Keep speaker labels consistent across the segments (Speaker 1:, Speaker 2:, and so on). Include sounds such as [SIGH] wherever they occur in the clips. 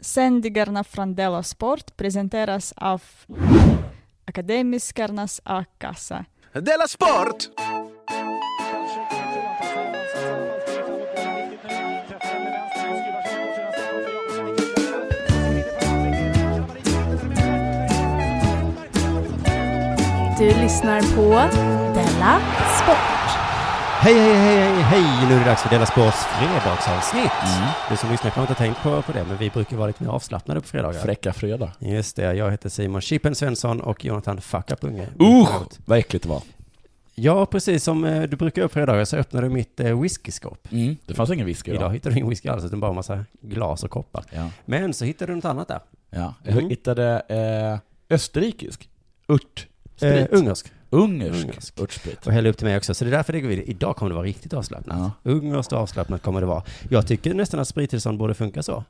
Speaker 1: Sändningarna från Della Sport presenteras av Akademiskarnas A-kassa.
Speaker 2: Della Sport!
Speaker 3: Du lyssnar på Della Sport.
Speaker 4: Hej, hej, hej, hej, hej! Nu är det dags för Della Sports fredagsavsnitt. Du som lyssnar kanske inte har tänkt på, på det, men vi brukar vara lite mer avslappnade på fredagar.
Speaker 2: Fräcka fredag.
Speaker 4: Just det, jag heter Simon Chippen Svensson och Jonathan Fuck Up Unge.
Speaker 2: Usch! Vad äckligt det var.
Speaker 4: Ja, precis som eh, du brukar göra på fredagar så öppnar du mitt eh, whiskyskåp.
Speaker 2: Det fanns ingen whisky
Speaker 4: Idag
Speaker 2: idag.
Speaker 4: hittar du ingen whisky alls, utan bara massa glas och koppar.
Speaker 2: Ja.
Speaker 4: Men så hittar du något annat där.
Speaker 2: Ja.
Speaker 4: Mm.
Speaker 2: Jag hittade eh, österrikisk
Speaker 4: Eh,
Speaker 2: örtsprit.
Speaker 4: ungersk.
Speaker 2: Ungersk,
Speaker 4: Ungersk.
Speaker 2: örtsprit.
Speaker 4: Och häll upp till mig också. Så det är därför det går vidare. Idag kommer det vara riktigt avslappnat.
Speaker 2: Ja.
Speaker 4: Ungerskt och avslappnat kommer det vara. Jag tycker nästan att sprittillstånd borde funka så.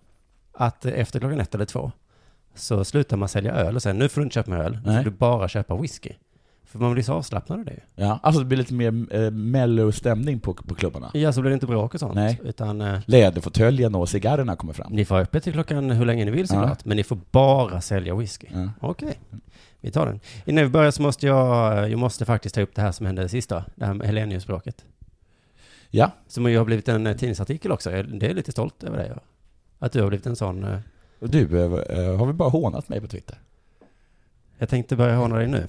Speaker 4: Att eh, efter klockan ett eller två så slutar man sälja öl och sen nu får du inte köpa mer öl. Nu
Speaker 2: Nej.
Speaker 4: får du bara köpa whisky. För man blir så avslappnad av det ju.
Speaker 2: Ja. Alltså det blir lite mer eh, mellow stämning på, på klubbarna.
Speaker 4: Ja, så blir det inte bråk och sånt.
Speaker 2: Nej.
Speaker 4: Utan eh,
Speaker 2: Läderfåtöljen och cigarrerna kommer fram.
Speaker 4: ni får ha öppet till klockan hur länge ni vill såklart.
Speaker 2: Ja.
Speaker 4: Men ni får bara sälja whisky.
Speaker 2: Ja.
Speaker 4: Okej, vi tar den. Innan vi börjar så måste jag, jag måste faktiskt ta upp det här som hände sist då. Det här med Helenius-bråket.
Speaker 2: ja.
Speaker 4: Som ju har blivit en eh, tidningsartikel också. Jag- Det är lite stolt över dig. ja. Att du har blivit en sån. eh,
Speaker 2: Och du, eh, eh, har vi bara hånat mig på Twitter?
Speaker 4: Jag tänkte börja håna dig nu.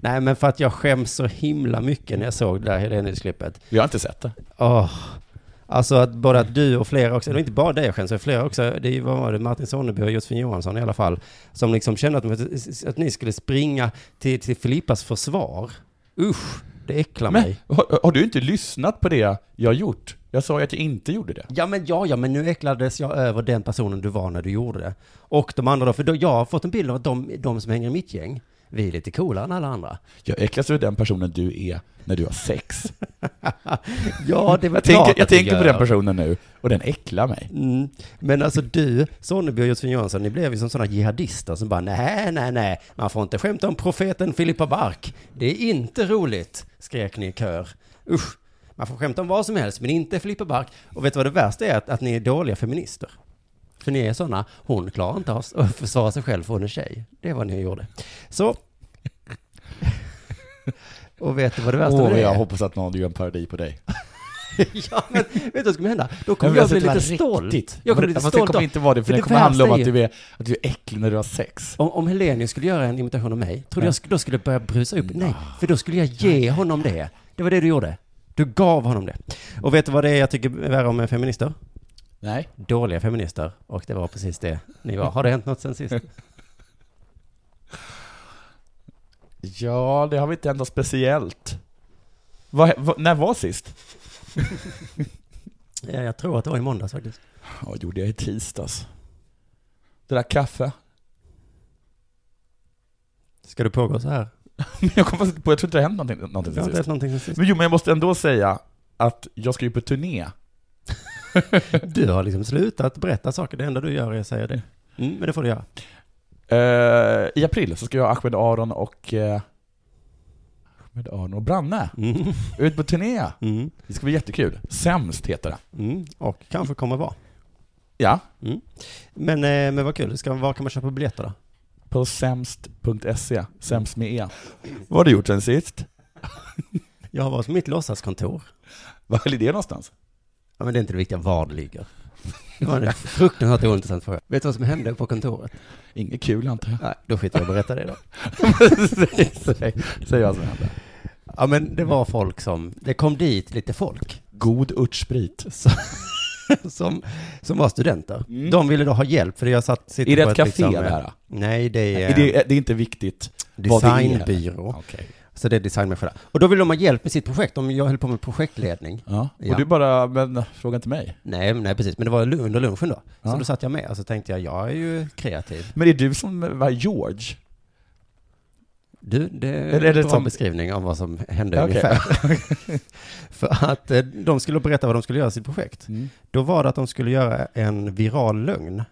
Speaker 4: Nej, men för att jag skäms så himla mycket när jag såg det där Helenius-klippet.
Speaker 2: Jag har inte sett det.
Speaker 4: Åh. Alltså att bara att du och flera också, eller inte bara dig jag skäms, men flera också, det är ju, vad var det, Martin Sonneby och Josefin Johansson i alla fall, som liksom kände att, de- att ni skulle springa till, till Filippas försvar. Usch, det äcklar
Speaker 2: Men
Speaker 4: mig.
Speaker 2: har, har du inte lyssnat på det jag gjort? Jag sa ju att jag inte gjorde det.
Speaker 4: Ja men ja, ja men nu äcklades jag över den personen du var när du gjorde det. Och de andra då, för då, jag har fått en bild av att de, de som hänger i mitt gäng, vi är lite coolare än alla andra.
Speaker 2: Jag äcklas över den personen du är när du har [LAUGHS] sex.
Speaker 4: Ja, det var
Speaker 2: Jag tänker, jag tänker på den personen nu, och den äcklar mig.
Speaker 4: Mm. Men alltså du, Sonneby och Josefin Jönsson, ni blev ju som sådana jihadister som bara nej, nej, nej, man får inte skämta om profeten Filippa Bark. Det är inte roligt, skrek ni i kör. Usch, man får skämta om vad som helst, men inte Filippa Bark. Och vet du vad det värsta är? Att, att ni är dåliga feminister. För ni är sådana, hon klarar inte av att försvara sig själv för hon är tjej. Det var ni gjorde. Så. [LAUGHS] Och vet du vad det värsta
Speaker 2: Åh,
Speaker 4: med det
Speaker 2: jag
Speaker 4: är?
Speaker 2: hoppas att någon gör en parodi på dig.
Speaker 4: [LAUGHS] ja, men vet du vad som kommer hända? Då
Speaker 2: Men
Speaker 4: kommer jag,
Speaker 2: alltså,
Speaker 4: bli
Speaker 2: det
Speaker 4: lite
Speaker 2: var
Speaker 4: stolt.
Speaker 2: riktigt.
Speaker 4: Jag kommer
Speaker 2: Men-
Speaker 4: bli lite
Speaker 2: fast det
Speaker 4: stolt
Speaker 2: kommer
Speaker 4: av-
Speaker 2: inte vara det, för
Speaker 4: Men
Speaker 2: det
Speaker 4: det
Speaker 2: kommer handla om
Speaker 4: värsta
Speaker 2: att
Speaker 4: är
Speaker 2: du, är, att du är äcklig när du har sex.
Speaker 4: Om, om Helenius skulle göra en imitation av mig, tror du jag sk- då skulle jag börja brusa
Speaker 2: Mm.
Speaker 4: upp? Nej, för då skulle jag ge honom det. Det var det du gjorde. Du gav honom det. Och vet du vad det är jag tycker är värre om feminister?
Speaker 2: Nej.
Speaker 4: Dåliga feminister. Och det var precis det ni var. Har det hänt något sen
Speaker 2: [LAUGHS]
Speaker 4: sist?
Speaker 2: Ja, det har vi inte ändå speciellt. Vad- vad- när var sist?
Speaker 4: Ja, jag tror att det var i måndags faktiskt.
Speaker 2: Ja, det gjorde jag i tisdags. Det där kaffe. [LAUGHS]
Speaker 4: Ska det pågå så här?
Speaker 2: Men jag kom faktiskt på, jag tror inte det har hänt någonting, någonting
Speaker 4: Det har
Speaker 2: sen
Speaker 4: inte hänt
Speaker 2: sist.
Speaker 4: någonting sen sist.
Speaker 2: Men jo, men jag måste ändå säga att jag ska ju på turné.
Speaker 4: Du har liksom slutat berätta saker. Det enda du gör är att säga det. Mm, men det får du göra.
Speaker 2: Eh, I april så ska jag, Ahmed Aron och... eh, Ahmed Aron och Branne
Speaker 4: Mm.
Speaker 2: ut på turné.
Speaker 4: Mm.
Speaker 2: Det ska bli jättekul. Sämst heter det.
Speaker 4: Mm. Och kanske kommer vara.
Speaker 2: Ja.
Speaker 4: Men, eh, men vad kul. Ska, var kan man köpa biljetter då?
Speaker 2: På sämst.se. Sämst med E. Vad har du gjort sen sist?
Speaker 4: Jag har varit på mitt låtsaskontor.
Speaker 2: Var är det någonstans?
Speaker 4: Ja, men det är inte det viktiga var det [LAUGHS] ligger. Det var en fruktansvärt ointressant fråga. Vet du vad som hände på kontoret?
Speaker 2: Inget kul antar jag. [LAUGHS]
Speaker 4: Nej, då skiter jag i att berätta det då.
Speaker 2: Säg vad som hände.
Speaker 4: Ja, men det var folk som, det kom dit lite folk
Speaker 2: God örtsprit.
Speaker 4: [LAUGHS] som, som, som var studenter. De ville då ha hjälp, för jag satt... sitter
Speaker 2: Är det
Speaker 4: på
Speaker 2: ett café
Speaker 4: liksom,
Speaker 2: det här? då?
Speaker 4: Nej, det är,
Speaker 2: Är det, det är inte viktigt vad det är.
Speaker 4: designbyrå.
Speaker 2: Okej.
Speaker 4: Så det är designmänniskorna. Och då ville de ha hjälp med sitt projekt. Om jag höll på med projektledning.
Speaker 2: Ja. Och
Speaker 4: Ja.
Speaker 2: du bara, men fråga inte mig.
Speaker 4: Nej, nej precis. Men det var lu- under lunchen då. Så
Speaker 2: Ja.
Speaker 4: då satt jag med och så tänkte jag, jag är ju kreativ.
Speaker 2: Men är du som var George?
Speaker 4: Du, det
Speaker 2: Eller
Speaker 4: är
Speaker 2: är
Speaker 4: en
Speaker 2: det
Speaker 4: bra
Speaker 2: som-
Speaker 4: beskrivning av vad som hände
Speaker 2: Okej. [LAUGHS]
Speaker 4: ungefär. [LAUGHS] För att eh, de skulle berätta vad de skulle göra i sitt projekt.
Speaker 2: Mm.
Speaker 4: Då var det att de skulle göra en viral lögn.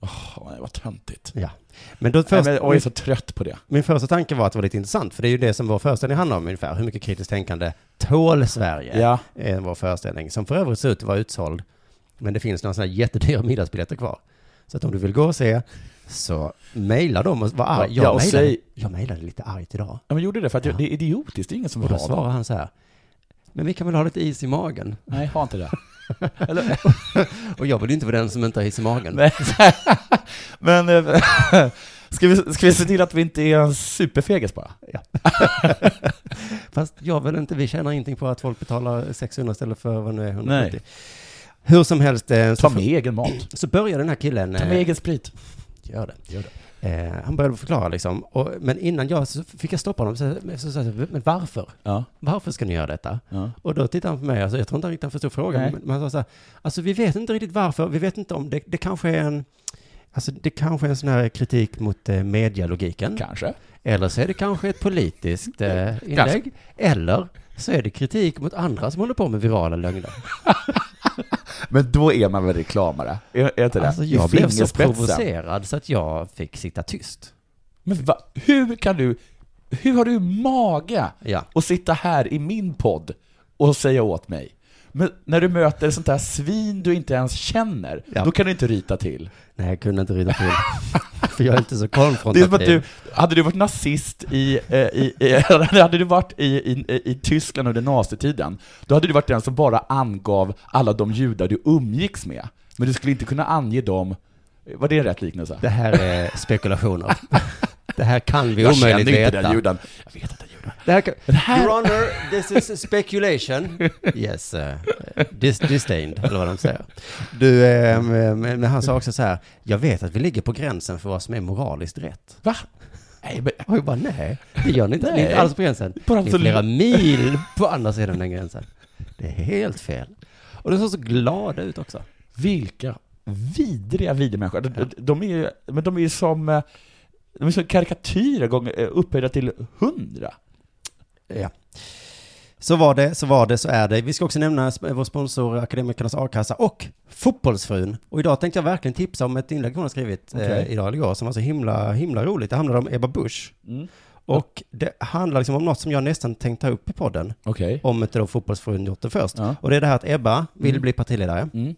Speaker 2: Åh, nej, vad töntigt.
Speaker 4: Ja. Men då
Speaker 2: Nej,
Speaker 4: först,
Speaker 2: men, och jag är
Speaker 4: min,
Speaker 2: så trött på det.
Speaker 4: min första tanke var att det var lite intressant, för det är ju det som vår föreställning handlar om ungefär. Hur mycket kritiskt tänkande tål Sverige?
Speaker 2: Ja.
Speaker 4: eh, Är vår föreställning, som för övrigt ser ut att vara utsåld. Men det finns några sådana här jättedyra middagsbiljetter kvar. Så att om du vill gå och se, så mejla dem och var arg.
Speaker 2: Ja,
Speaker 4: mejlade-
Speaker 2: och säg-
Speaker 4: jag mejlade lite argt idag.
Speaker 2: Ja, men gjorde det för att jag-
Speaker 4: Ja.
Speaker 2: det är idiotiskt, det är ingen som
Speaker 4: Och då
Speaker 2: vill ha det.
Speaker 4: svarar han så här. Men vi kan väl ha lite is i magen?
Speaker 2: Nej, ha inte det. Eller,
Speaker 4: Och jag vill ju inte vara den som inte har is i magen.
Speaker 2: [LAUGHS] Nej. [LAUGHS] men eh, [LAUGHS] ska vi, ska vi se till att vi inte är en superfegis bara?
Speaker 4: Fast jag vill inte, vi tjänar ingenting på att folk betalar 600 istället för vad nu är 170.
Speaker 2: Nej.
Speaker 4: Hur som helst, eh,
Speaker 2: Ta
Speaker 4: så,
Speaker 2: med egen mat.
Speaker 4: så börjar den här killen...
Speaker 2: Ta
Speaker 4: eh,
Speaker 2: med egen sprit.
Speaker 4: Gör det.
Speaker 2: Gör det.
Speaker 4: Eh, han började förklara liksom. Och, men innan jag, så fick jag stoppa honom. Så, så, så, så, men varför?
Speaker 2: Ja.
Speaker 4: Varför ska ni göra detta?
Speaker 2: ja.
Speaker 4: Och då tittade han på mig, alltså, jag tror inte han riktigt han förstod frågan.
Speaker 2: Nej.
Speaker 4: Men, men han sa så här, alltså vi vet inte riktigt varför, vi vet inte om det, det kanske är en, alltså det kanske är en sån här kritik mot eh, medialogiken.
Speaker 2: Kanske.
Speaker 4: Eller så är det kanske ett politiskt
Speaker 2: [LAUGHS]
Speaker 4: eh, inlägg.
Speaker 2: Kanske.
Speaker 4: Eller så är det kritik mot andra som håller på med virala lögner.
Speaker 2: Men då är man väl reklamare? Är, är inte det?
Speaker 4: Alltså
Speaker 2: I
Speaker 4: jag blev så
Speaker 2: fingerspetsen.
Speaker 4: provocerad så att jag fick sitta tyst.
Speaker 2: Men va, hur kan du, hur har du mage
Speaker 4: Ja.
Speaker 2: att sitta här i min podd och säga åt mig? Men när du möter sånt där svin du inte ens känner,
Speaker 4: Ja.
Speaker 2: då kan du inte ryta till.
Speaker 4: Nej, jag kunde inte rida till. [LAUGHS] för jag är inte så
Speaker 2: Det är
Speaker 4: konfrontativ.
Speaker 2: som att du, hade du varit nazist i, eh, i, i [LAUGHS] hade du varit i, i, i Tyskland under nazitiden, då hade du varit den som bara angav alla de judar du umgicks med. Men du skulle inte kunna ange dem, var det en rätt liknelse?
Speaker 4: Det här är [LAUGHS] spekulationer. det här kan vi
Speaker 2: jag känner
Speaker 4: omöjligt
Speaker 2: inte den
Speaker 4: veta.
Speaker 2: juden. Jag vet att den juden.
Speaker 4: Det här kan...
Speaker 2: Det här-
Speaker 4: Your honor, this is speculation. [LAUGHS] yes, eh, dis disdained, eller vad de säger. Du, eh, men, men han sa också så här, jag vet att vi ligger på gränsen för vad som är moraliskt rätt.
Speaker 2: Va? Nej, men,
Speaker 4: Och jag bara, nej, det gör ni inte. Ni är
Speaker 2: Nej.
Speaker 4: inte alls på gränsen.
Speaker 2: Bara
Speaker 4: Ni är
Speaker 2: så-
Speaker 4: flera mil på andra sidan den gränsen. Det är helt fel. Och de såg så glada ut också.
Speaker 2: vilka vidriga, vidriga människor. De, de är ju, men de är ju som, eh, de är som karikatyrer gånger- eh, upphöjda till hundra.
Speaker 4: Ja. Så var det, så var det, så är det. Vi ska också nämna sp- vår sponsor Akademikernas A-kassa och Fotbollsfrun. Och idag tänkte jag verkligen tipsa om ett inlägg hon har skrivit
Speaker 2: Okej.
Speaker 4: eh, idag eller igår som var så himla, himla roligt. Det handlade om Ebba Busch.
Speaker 2: Mm.
Speaker 4: Och det handlar liksom om något som jag nästan tänkt ta upp i podden,
Speaker 2: Okej.
Speaker 4: om inte då Fotbollsfrun gjort det först.
Speaker 2: Ja.
Speaker 4: Och det är det här att Ebba vill
Speaker 2: Mm.
Speaker 4: bli partiledare.
Speaker 2: Mm.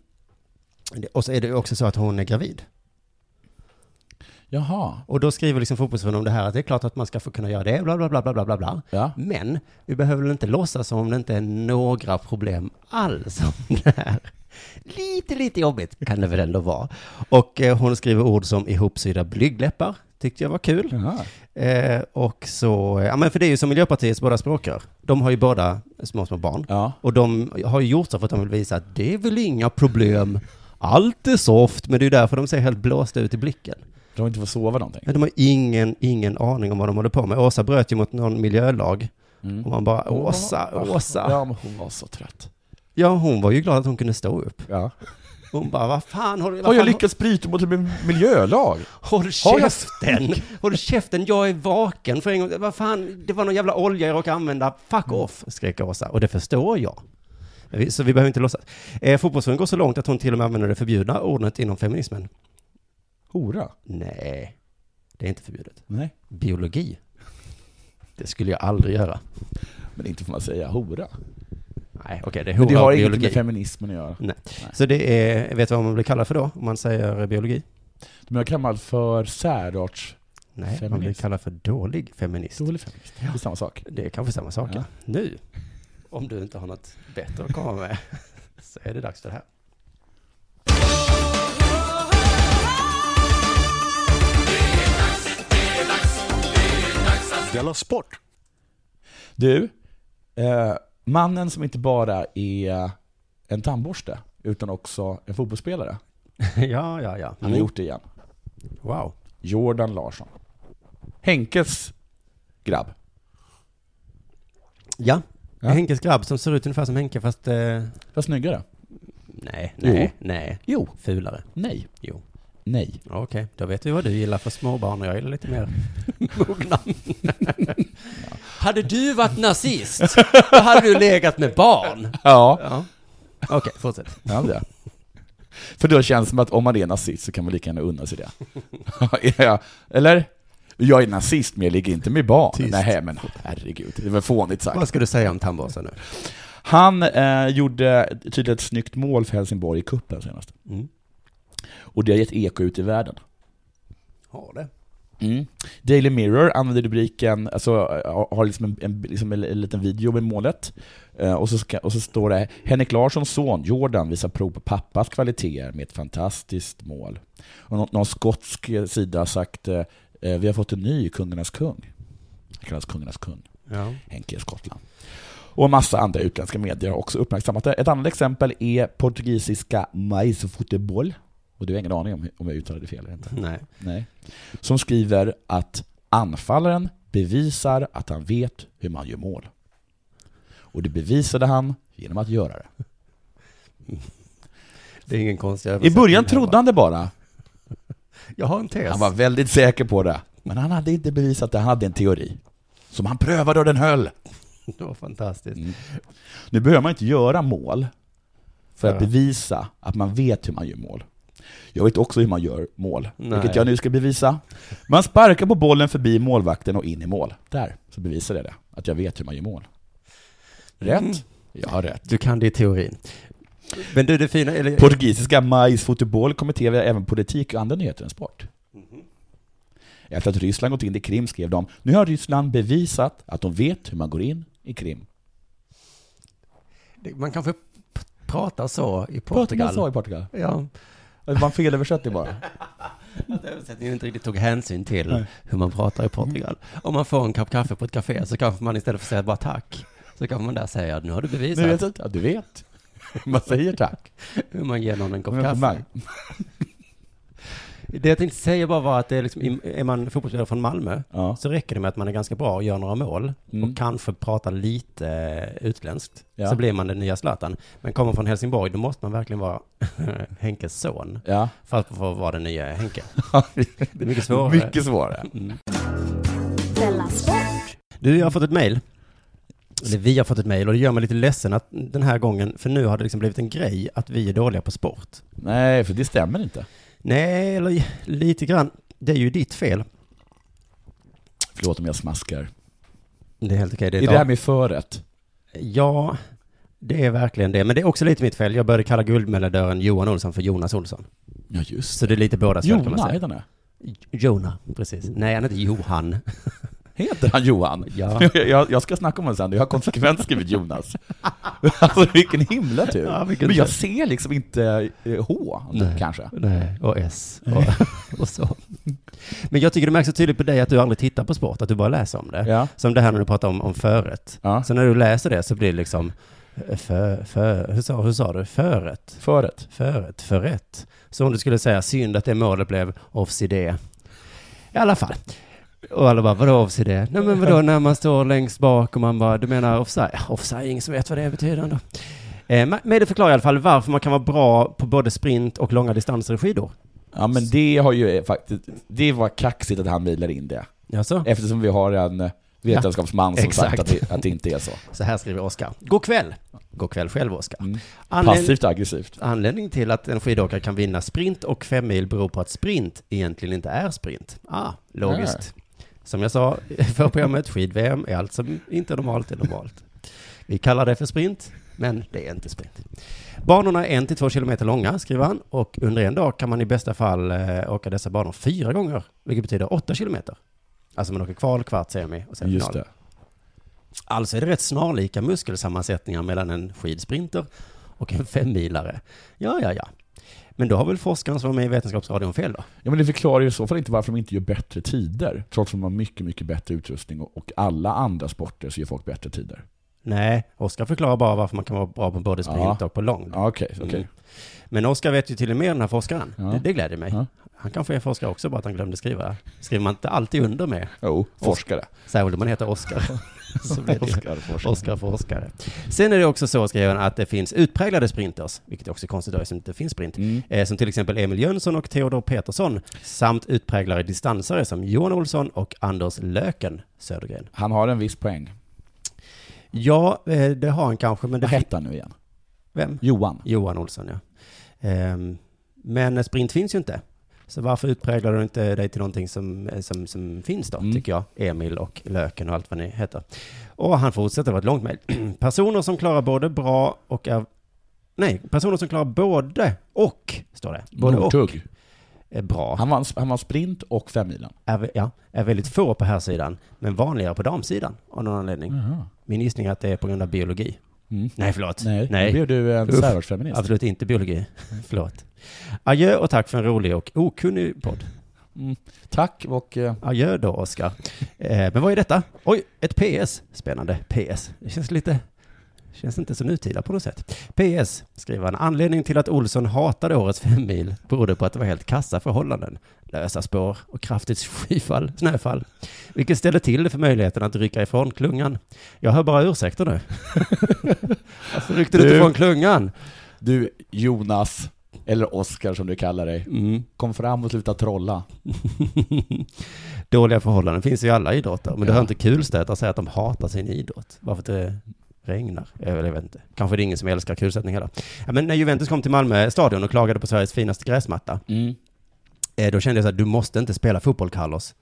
Speaker 4: Det- Och så är det ju också så att hon är gravid.
Speaker 2: Jaha.
Speaker 4: Och då skriver liksom Fotbollsfrun om det här att det är klart att man ska få kunna göra det, bla bla bla bla bla bla bla.
Speaker 2: Ja.
Speaker 4: Men vi behöver väl inte låtsas som om det inte är några problem alls om det här. Lite, lite jobbigt kan det väl ändå vara. Och eh, hon skriver ord som ihopsydda blygdläppar, tyckte jag var kul.
Speaker 2: Jaha.
Speaker 4: Eh, och så, ja men för det är ju som Miljöpartiets båda språkrör. De har ju båda små, små barn.
Speaker 2: Ja.
Speaker 4: Och de har ju gjort så för att de vill visa att det är väl inga problem. Allt är soft, men det är ju därför de ser helt blåsta ut i blicken.
Speaker 2: De har inte fått sova någonting.
Speaker 4: Men de har ingen, ingen aning om vad de håller på med. Åsa bröt ju mot någon miljölag.
Speaker 2: Mm.
Speaker 4: Och man bara, Åsa, Åsa.
Speaker 2: Ja, men hon var så trött.
Speaker 4: Ja, hon var ju glad att hon kunde stå upp.
Speaker 2: Ja.
Speaker 4: Hon bara, vad fan, håll, vad
Speaker 2: Har jag
Speaker 4: fan,
Speaker 2: lyckats bryta mot en miljölag?
Speaker 4: håll
Speaker 2: Har jag-
Speaker 4: käften! håll käften, jag är vaken för en gång. Vad fan, det var någon jävla olja jag råkade använda. Fuck
Speaker 2: Mm.
Speaker 4: off, skrek Åsa. Och det förstår jag. Men vi- Så vi behöver inte låtsas. Eh, Fotbollsförbundet går så långt att hon till och med använder det förbjudna ordet inom feminismen.
Speaker 2: Hora?
Speaker 4: Nej, det är inte förbjudet.
Speaker 2: Nej.
Speaker 4: Biologi. Det skulle jag aldrig göra.
Speaker 2: Men inte får man säga hora.
Speaker 4: Nej, okej, det är
Speaker 2: Men det
Speaker 4: hora och
Speaker 2: har inget med
Speaker 4: biologi.
Speaker 2: feminismen att göra.
Speaker 4: Så det är, vet du vad man blir kallad för då, om man säger biologi?
Speaker 2: De är kallad för särarts...
Speaker 4: Nej, man blir
Speaker 2: Feminist.
Speaker 4: kallad för dålig feminist.
Speaker 2: Dålig feminist. Det är samma sak.
Speaker 4: Det är kanske samma sak.
Speaker 2: Ja.
Speaker 4: Nu, om du inte har något bättre att komma med, [LAUGHS] så är det dags för det här.
Speaker 2: [LAUGHS]
Speaker 5: Della Sport!
Speaker 2: Du, eh, mannen som inte bara är en tandborste, utan också en fotbollsspelare.
Speaker 4: ja, ja, ja.
Speaker 2: Han har gjort det igen.
Speaker 4: Wow.
Speaker 2: Jordan Larsson. Henkes grabb.
Speaker 4: Ja.
Speaker 2: Ja.
Speaker 4: Henkes grabb som ser ut ungefär som Henke fast... Eh,
Speaker 2: Vad snyggare?
Speaker 4: nej,
Speaker 2: Jo.
Speaker 4: nej, nej.
Speaker 2: Jo.
Speaker 4: Fulare.
Speaker 2: Nej.
Speaker 4: Jo.
Speaker 2: Nej.
Speaker 4: Okej, då vet vi vad du gillar för småbarn och jag gillar lite mer [LAUGHS] mogna. [LAUGHS] hade du varit nazist, då hade du legat med barn.
Speaker 2: Ja.
Speaker 4: Ja. Okej, fortsätt.
Speaker 2: Ja, det. För då känns det som att om man är nazist så kan man lika gärna unna sig det. [LAUGHS] Ja, Eller? Jag är nazist men jag ligger inte med barn.
Speaker 4: Tyst.
Speaker 2: Nej men herregud, det var fånigt sagt.
Speaker 4: Vad ska du säga om tandborsten nu?
Speaker 2: Han eh, gjorde tydligen ett snyggt mål för Helsingborg i cupen senast.
Speaker 4: Mm.
Speaker 2: Och det har gett eko ut i världen.
Speaker 4: Har det.
Speaker 2: Mm. Daily Mirror använder rubriken, alltså eh, har liksom en, en, liksom en, en liten video med målet. Eh, och, så ska, och så står det Henrik Larssons son Jordan visar prov på pappas kvaliteter med ett fantastiskt mål. Och någon, någon skotsk eh, sida har sagt eh, eh, Vi har fått en ny kungarnas kung. Han kallas kungarnas kung.
Speaker 4: Ja.
Speaker 2: Henke i Skottland. Och en massa andra utländska medier har också uppmärksammat det. Ett annat exempel är portugisiska Mais Futebol. Och du har ingen aning om, om jag uttalade det fel eller inte.
Speaker 4: Nej.
Speaker 2: Nej. Som skriver att anfallaren bevisar att han vet hur man gör mål. Och det bevisade han genom att göra det.
Speaker 4: Det är ingen konstig
Speaker 2: I början
Speaker 4: översättning här,
Speaker 2: trodde han det bara.
Speaker 4: va? Jag har en tes.
Speaker 2: Han var väldigt säker på det. Men han hade inte bevisat det, han hade en teori. Som han prövade och den höll.
Speaker 4: [LAUGHS] Det var fantastiskt.
Speaker 2: Mm. Nu behöver man inte göra mål för att
Speaker 4: Ja.
Speaker 2: bevisa att man vet hur man gör mål. Jag vet också hur man gör mål,
Speaker 4: Nej.
Speaker 2: vilket jag nu ska bevisa. Man sparkar på bollen förbi målvakten och in i mål. Där, så bevisar jag det. Att jag vet hur man gör mål. Rätt?
Speaker 4: Mm.
Speaker 2: Jag har rätt.
Speaker 4: Du kan det i teorin. Men du, det fina... Eller,
Speaker 2: Portugisiska majs fotboll kommenterar även politik och andra nyheter än sport.
Speaker 4: Mhm.
Speaker 2: Efter att Ryssland gått in i Krim skrev de Nu har Ryssland bevisat att de vet hur man går in i Krim.
Speaker 4: man kanske p- pratar så i Portugal.
Speaker 2: Portugal sa i Portugal.
Speaker 4: Ja,
Speaker 2: Det var en felöversättning bara.
Speaker 4: att översättningen inte riktigt tog hänsyn till
Speaker 2: Nej.
Speaker 4: hur man pratar i Portugal. Om man får en kopp kaffe på ett café så kanske man istället för att säga bara tack, så kanske man där säger nu har du
Speaker 2: Nu
Speaker 4: bevisat
Speaker 2: vet jag inte. Ja, du vet. [LAUGHS] Man säger tack.
Speaker 4: hur man ger någon en kopp
Speaker 2: Men
Speaker 4: kaffe.
Speaker 2: man-
Speaker 4: Det jag tänkte säga bara var att det är, liksom, är man fotbollsspelare från Malmö
Speaker 2: Ja.
Speaker 4: så räcker det med att man är ganska bra och gör några mål
Speaker 2: Mm.
Speaker 4: och kanske pratar lite eh, utländskt.
Speaker 2: Ja.
Speaker 4: Så blir man den nya Zlatan. Men kommer man från Helsingborg då måste man verkligen vara [LAUGHS] Henkes son
Speaker 2: Ja.
Speaker 4: för att få vara den nya Henke. [LAUGHS] Det är mycket svårare.
Speaker 2: Mycket svårare.
Speaker 4: Mm.
Speaker 3: Della Sport.
Speaker 4: Du, jag har fått ett mejl. Eller vi har fått ett mejl och det gör mig lite ledsen att den här gången, för nu har det liksom blivit en grej att vi är dåliga på sport.
Speaker 2: Nej, för det stämmer inte.
Speaker 4: Nej, eller lite grann. Det är ju ditt fel.
Speaker 2: Förlåt om jag smaskar.
Speaker 4: Det är helt okej.
Speaker 2: Det är
Speaker 4: ett
Speaker 2: det här med föret.
Speaker 4: Ja, det är verkligen det. Men det är också lite mitt fel. Jag började kalla guldmedajören Johan Olsson för Jonas Olsson.
Speaker 2: Ja, just
Speaker 4: Så det är lite bådas fel kan man
Speaker 2: Jona
Speaker 4: säga.
Speaker 2: heter han.
Speaker 4: Jona, precis. Nej, han heter Johan.
Speaker 2: Heter han Johan?
Speaker 4: Ja.
Speaker 2: [LAUGHS] Jag, jag ska snacka om honom sen, jag har konsekvent skrivit Jonas. [LAUGHS] Alltså vilken himla tur.
Speaker 4: Ja, vilken
Speaker 2: Men jag
Speaker 4: tur.
Speaker 2: ser liksom inte eh, H,
Speaker 4: Nej.
Speaker 2: kanske.
Speaker 4: [LAUGHS] Nej, och S och, [LAUGHS] och så. Men jag tycker det märks så tydligt på dig att du aldrig tittar på sport, att du bara läser om det.
Speaker 2: Ja.
Speaker 4: Som det här när du pratar om, om föret.
Speaker 2: ja.
Speaker 4: Så när du läser det så blir det liksom, eh, för, för, hur, sa, hur sa du? Föret,
Speaker 2: Föret.
Speaker 4: föret, förrätt. Så om du skulle säga synd att det målet blev offside. I alla fall. Och alla bara, vadå offside? Nej men vadå när man står längst bak och man bara, du menar offside? Ja, Offside, ingen som vet vad det betyder ändå. Eh, men- Men det förklarar i alla fall varför man kan vara bra på både sprint och långa distanser i skidor.
Speaker 2: Ja men det har ju eh, faktiskt, det var kaxigt att han mejlar in det.
Speaker 4: Jaså?
Speaker 2: Eftersom vi har en eh, vetenskapsman som sagt
Speaker 4: exakt.
Speaker 2: att det, att det inte är så.
Speaker 4: Så här skriver Oskar. God kväll! God kväll själv Oskar.
Speaker 2: Mm.
Speaker 4: Anledning-
Speaker 2: Passivt aggressivt.
Speaker 4: Anledningen till att en skidåkare kan vinna sprint och fem mil beror på att sprint egentligen inte är sprint. Ah, logiskt. Som jag sa för programmet, skid-VM är allt som inte är normalt är normalt. Vi kallar det för sprint, men det är inte sprint. Banorna är en till två kilometer långa, skriver han, och under en dag kan man i bästa fall eh, åka dessa banor fyra gånger, vilket betyder åtta kilometer. Alltså man åker kval, kvart, semi och sen
Speaker 2: Just
Speaker 4: final.
Speaker 2: det.
Speaker 4: Alltså är det rätt snarlika muskelsammansättningar mellan en skidsprinter och en femmilare. Ja, ja, ja. Men då har väl forskaren som var med i Vetenskapsradion fel då?
Speaker 2: Ja, men det förklarar ju i så fall inte varför de inte gör bättre tider. Trots att de har mycket, mycket bättre utrustning och, och alla andra sporter så gör folk bättre tider.
Speaker 4: Nej, Oskar förklarar bara varför man kan vara bra på både sprint
Speaker 2: Ja.
Speaker 4: och på långd.
Speaker 2: Ja, okej, okej.
Speaker 4: Mm. Men Oskar vet ju till och med den här forskaren.
Speaker 2: Ja.
Speaker 4: Det, det gläder mig.
Speaker 2: Ja.
Speaker 4: Han kanske är forskare också, bara att han glömde skriva. Skriver man inte alltid under med,
Speaker 2: Jo,
Speaker 4: [LAUGHS]
Speaker 2: forskare.
Speaker 4: särskilt om man heter Oskar.
Speaker 2: [LAUGHS]
Speaker 4: så blir det ju-
Speaker 2: Forskare, forskare.
Speaker 4: Oskar forskare. Sen är det också så, skriver han, att det finns utpräglade sprinters, vilket är också konstigt då, eftersom det inte finns sprint,
Speaker 2: Mm.
Speaker 4: eh, som till exempel Emil Jönsson och Theodor Petersson, samt utpräglade distansare som Johan Olsson och Anders Löken Södergren.
Speaker 2: Han har en viss poäng.
Speaker 4: Ja, eh, det har han kanske, men det...
Speaker 2: Vad hette han nu igen?
Speaker 4: Vem?
Speaker 2: Johan.
Speaker 4: Johan Olsson, ja. Ehm, men sprint finns ju inte. Så varför utpräglar du inte dig till någonting som, eh, som, som finns då,
Speaker 2: Mm.
Speaker 4: tycker jag? Emil och Löken och allt vad ni heter. Och han fortsätter, det var ett långt mejl. [CLEARS THROAT] Personer som klarar både bra och är... Nej, personer som klarar både och, står det. Både och
Speaker 2: Nordtugg.
Speaker 4: är bra.
Speaker 2: Han vann, han vann sprint och femmilen.
Speaker 4: Är, vä- ja, är väldigt få på här sidan men vanligare på damsidan av någon anledning. Min gissning är att det är på grund av biologi.
Speaker 2: Mm.
Speaker 4: Nej, förlåt.
Speaker 2: Nej,
Speaker 4: Nej.
Speaker 2: Nej. blev du en
Speaker 4: Uff.
Speaker 2: särartsfeminist.
Speaker 4: Absolut inte biologi. Förlåt. Adjö och tack för en rolig och okunnig podd.
Speaker 2: Tack och... eh,
Speaker 4: Adjö då, Oskar. Eh, men vad är detta? Oj, ett PS. Spännande. PS. Det känns lite... Känns inte så nutida på något sätt. PS, skriver han. Anledningen till att Olsson hatade årets fem mil berodde på att det var helt kassa förhållanden. Lösa spår och kraftigt skyfall, snöfall. Vilket ställde till det för möjligheten att rycka ifrån klungan. Jag hör bara ursäkter nu. [LAUGHS] Varför ryckte du inte
Speaker 2: Du-
Speaker 4: ifrån klungan?
Speaker 2: Du, Jonas, eller Oskar som du kallar dig,
Speaker 4: Mm.
Speaker 2: kom fram och sluta trolla.
Speaker 4: [LAUGHS] Dåliga förhållanden finns ju i alla idrotter, men det
Speaker 2: Ja.
Speaker 4: hör inte kulstötare att säga att de hatar sin idrott. Varför att det regnar? Eller jag vet inte. Kanske det är ingen som älskar kulsättning heller. Ja, men när Juventus kom till Malmö stadion och klagade på Sveriges finaste gräsmatta, eh, då kände jag så att du måste inte spela fotboll, Carlos.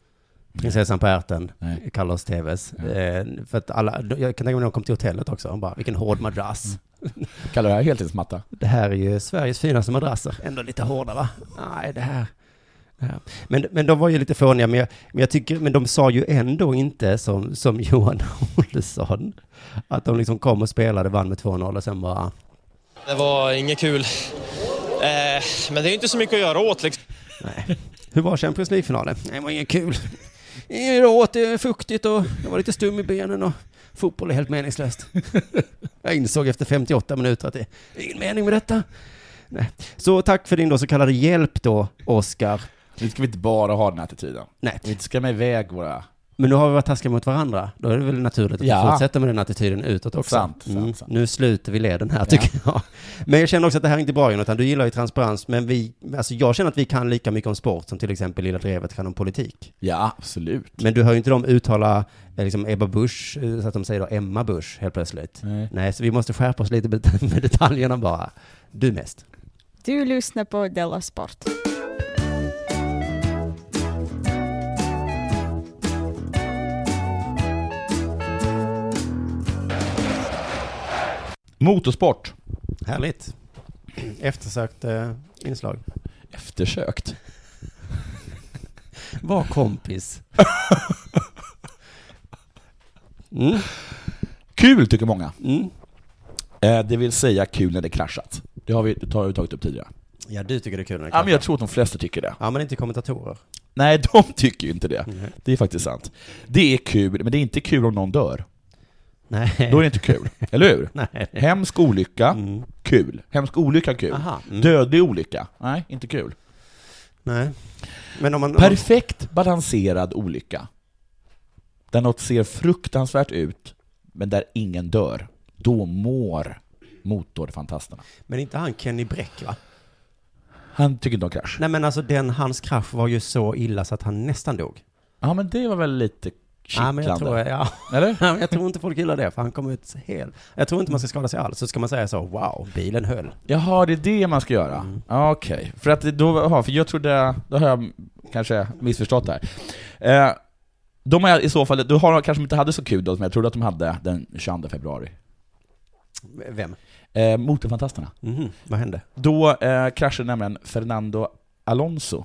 Speaker 4: Prinsessan på ärten,
Speaker 2: Nej.
Speaker 4: Carlos Tevez.
Speaker 2: Ja.
Speaker 4: Eh, för att alla, jag kan tänka mig när de kom till hotellet också, de bara, vilken hård madrass.
Speaker 2: Kallar du det här heltidsmatta?
Speaker 4: Det här är ju Sveriges finaste madrasser. Ändå lite hårda va? Nej, det här. det här. Men, men de var ju lite fåniga, men jag, men jag tycker, men de sa ju ändå inte som, som [LAUGHS] Johan Olsson, att de liksom kom och spelade, vann med 2-0 och sen bara,
Speaker 5: Det var inget kul. Eh, men det är inte så mycket att göra åt. Liksom.
Speaker 4: nej. Hur var Champions League-finalen? Nej, det var inget kul. Inget åt, det är fuktigt och jag var lite stum i benen och fotboll är helt meningslöst. Jag insåg efter 58 minuter att det är ingen mening med detta. Nej. Så tack för din då så kallade hjälp då, Oskar.
Speaker 2: Nu ska vi inte bara ha den här attityden.
Speaker 4: Nej.
Speaker 2: Vi ska med iväg våra...
Speaker 4: Men nu har vi varit taskiga mot varandra. Då är det väl naturligt att
Speaker 2: Ja.
Speaker 4: vi fortsätter med den attityden utåt också. Mm.
Speaker 2: Sant, sant, sant.
Speaker 4: Nu sluter vi leden här tycker jag. Men jag känner också att det här är inte bra Jonathan. Du gillar ju transparens, men vi, alltså jag känner att vi kan lika mycket om sport som till exempel Lilla Drevet kan om politik.
Speaker 2: Ja, absolut.
Speaker 4: Men du hör ju inte dem uttala eh, liksom Ebba Busch, eh, så att de säger då Emma Busch helt plötsligt.
Speaker 2: Nej.
Speaker 4: Nej, så vi måste skärpa oss lite med med detaljerna bara. Du mest.
Speaker 1: Du lyssnar på Della Sport.
Speaker 2: Motorsport.
Speaker 4: Härligt. Eftersökt eh, inslag.
Speaker 2: Eftersökt.
Speaker 4: Var kompis. Mm.
Speaker 2: Kul tycker många.
Speaker 4: Mm.
Speaker 2: Eh, det vill säga kul när det kraschat. Det har vi, det har vi tagit upp tidigare.
Speaker 4: Ja, du tycker det är kul när det
Speaker 2: Ja, men jag
Speaker 4: kraschar.
Speaker 2: tror att de flesta tycker det.
Speaker 4: ja, men inte kommentatorer.
Speaker 2: Nej, [LAUGHS] de tycker ju inte det.
Speaker 4: Nej.
Speaker 2: Det är faktiskt sant. Det är kul, men det är inte kul om någon dör.
Speaker 4: [LAUGHS] Nej.
Speaker 2: Då är det inte kul. Eller hur?
Speaker 4: Nej.
Speaker 2: Hemsk olycka,
Speaker 4: Mm.
Speaker 2: kul. Hemsk olycka, kul.
Speaker 4: Aha. Mm.
Speaker 2: Dödlig olycka, nej, inte kul.
Speaker 4: Nej. Men om man... om-
Speaker 2: Perfekt balanserad olycka. Där något ser fruktansvärt ut, men där ingen dör. Då mår motorfantasterna.
Speaker 4: Men inte han Kenny Bräck, va?
Speaker 2: Han tycker inte om krasch.
Speaker 4: Nej, men alltså den, hans krasch var ju så illa så att han nästan dog.
Speaker 2: Ja, men det var väl lite
Speaker 4: Ja, men jag tror,
Speaker 2: kittlande?
Speaker 4: ja, [LAUGHS]
Speaker 2: Eller?
Speaker 4: men jag tror inte folk gillar det, för han kom ut hel. Jag tror inte man ska skada sig alls, så ska man säga så, wow, bilen höll.
Speaker 2: Jaha, det är det man ska göra?
Speaker 4: Mm.
Speaker 2: Ja, Okej, för att det- då, aha, för jag trodde, då har jag kanske missförstått det här. Eh, de har i så fall, då har de kanske inte hade så kul då som jag trodde att de hade den 22 februari.
Speaker 4: Vem?
Speaker 2: Eh, Motorfantasterna.
Speaker 4: Mhm. Vad hände? [LAUGHS]
Speaker 2: Då eh, kraschade nämligen Fernando Alonso.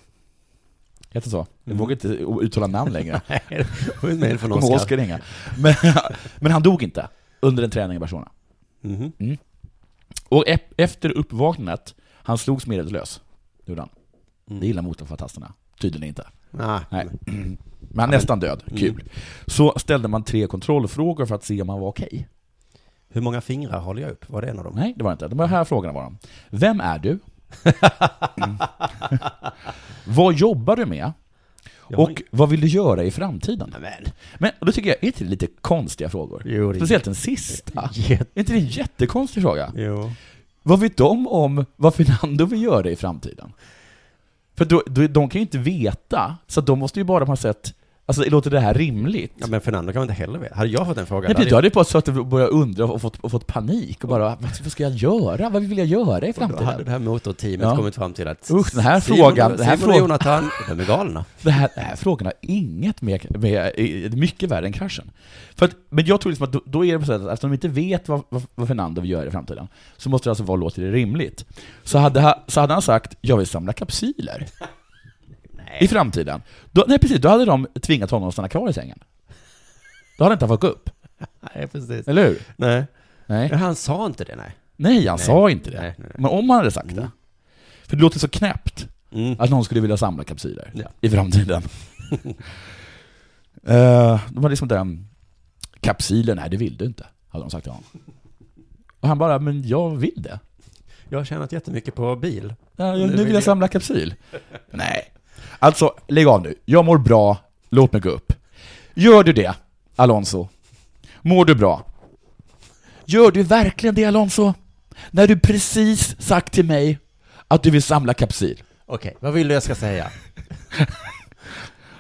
Speaker 2: Heter så? Jag
Speaker 4: Mm.
Speaker 2: vågar inte uttala
Speaker 4: [LAUGHS]
Speaker 2: namn längre.
Speaker 4: Nej, det var ju ett mejl från
Speaker 2: Kommer ihåg
Speaker 4: Oskar.
Speaker 2: Oscar ringa. Men, [LAUGHS] men han dog inte under en träning i Barcelona.
Speaker 4: Mhm.
Speaker 2: Och ep- efter uppvaknandet, han slogs medvetslös. Det gjorde han.
Speaker 4: Mm.
Speaker 2: Det gillar motorfantasterna. Tydligen inte.
Speaker 4: Nej.
Speaker 2: Nej. [CLEARS THROAT] Men han är nästan död.
Speaker 4: Mm.
Speaker 2: Kul. Så ställde man tre kontrollfrågor för att se om han var okej.
Speaker 4: Hur många fingrar håller jag upp? Var det en av dem?
Speaker 2: Nej, det var det inte. De här frågorna var de. Vem
Speaker 4: [LAUGHS]
Speaker 2: är du? Mm. vad jobbar du med?
Speaker 4: Jag har
Speaker 2: Och vad vill du göra i framtiden?
Speaker 4: ingen- Men,
Speaker 2: Men och då tycker jag, är inte det lite konstiga frågor?
Speaker 4: Jo, det är-
Speaker 2: Speciellt den sista.
Speaker 4: jätte...
Speaker 2: Är inte det en jättekonstig fråga?
Speaker 4: Jo.
Speaker 2: Vad vet de om vad Fernando vill göra i framtiden? För då, då, de kan ju inte veta, så att de måste ju bara på något sätt Alltså låter det här rimligt?
Speaker 4: Ja, men Fernando kan man inte heller veta. Hade jag fått en fråga,
Speaker 2: Nej,
Speaker 4: då
Speaker 2: precis, då hade jag bara suttit och börjat undra och fått, och fått panik och bara vad, vad ska jag göra? Vad vill jag göra i
Speaker 4: jag, då hade
Speaker 2: framtiden?
Speaker 4: det här motorteamet
Speaker 2: Ja.
Speaker 4: kommit fram till att
Speaker 2: Usch, den här
Speaker 4: Simon,
Speaker 2: frågan- den här
Speaker 4: Simon och
Speaker 2: frågan-
Speaker 4: Jonathan, de är galna.
Speaker 2: Det här, det här frågan har inget med, med, är mycket värre än kraschen. För att, men jag tror liksom att då, då är det på så sätt att eftersom de inte vet vad, vad, vad Fernando vill göra i framtiden, så måste det alltså vara låter det rimligt. Så hade, ha- så hade han sagt, jag vill samla kapsyler. I framtiden. Då, nej precis, då hade de tvingat honom att stanna kvar i sängen. Då hade inte han fått gå upp,
Speaker 4: Nej, precis.
Speaker 2: eller hur?
Speaker 4: Nej.
Speaker 2: Nej.
Speaker 4: Men han sa inte det, nej.
Speaker 2: Nej, han
Speaker 4: Nej.
Speaker 2: sa inte det.
Speaker 4: Nej, nej,
Speaker 2: Men om han hade sagt
Speaker 4: Mm.
Speaker 2: det. För det låter så knäppt
Speaker 4: nej. Mm.
Speaker 2: att någon skulle vilja samla kapsyler
Speaker 4: Ja. [LAUGHS]
Speaker 2: i framtiden. Eh, de hade liksom den kapsylen, nej det vill du inte, hade de sagt till honom. Och han bara, men jag vill det.
Speaker 4: Jag har tjänat jättemycket på bil.
Speaker 2: Ja,
Speaker 4: Nu
Speaker 2: jag, nu
Speaker 4: vill
Speaker 2: vill
Speaker 4: jag.
Speaker 2: jag samla kapsyl. [LAUGHS] nej. Alltså, lägg av nu. Jag mår bra, låt mig gå upp. Gör du det, Alonso? Mår du bra? Gör du verkligen det, Alonso? När du precis sagt till mig att du vill samla kapsyl.
Speaker 4: Okej, vad vill du jag ska säga?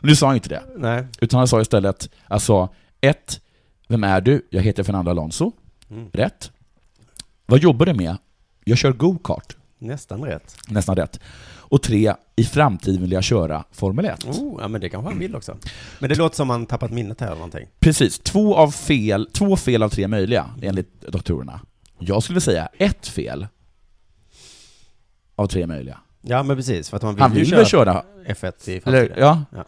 Speaker 2: Nu sa han inte det.
Speaker 4: nej.
Speaker 2: Utan han sa istället, alltså, ett, vem är du? Jag heter Fernando Alonso.
Speaker 4: Mm.
Speaker 2: Rätt. Vad jobbar du med? Jag kör go-kart.
Speaker 4: Nästan rätt.
Speaker 2: Nästan rätt. Och tre, i framtiden vill jag köra Formel 1.
Speaker 4: Oh, ja men det kanske han vill också. Men det låter som han tappat minnet här eller någonting.
Speaker 2: Precis, två, av fel, två fel av tre möjliga, enligt doktorerna. Jag skulle säga ett fel av tre möjliga.
Speaker 4: Ja men precis, för att man vill,
Speaker 2: Han
Speaker 4: ju
Speaker 2: vill
Speaker 4: köra
Speaker 2: väl köra
Speaker 4: F1 i
Speaker 2: Eller,
Speaker 4: framtiden.
Speaker 2: ja.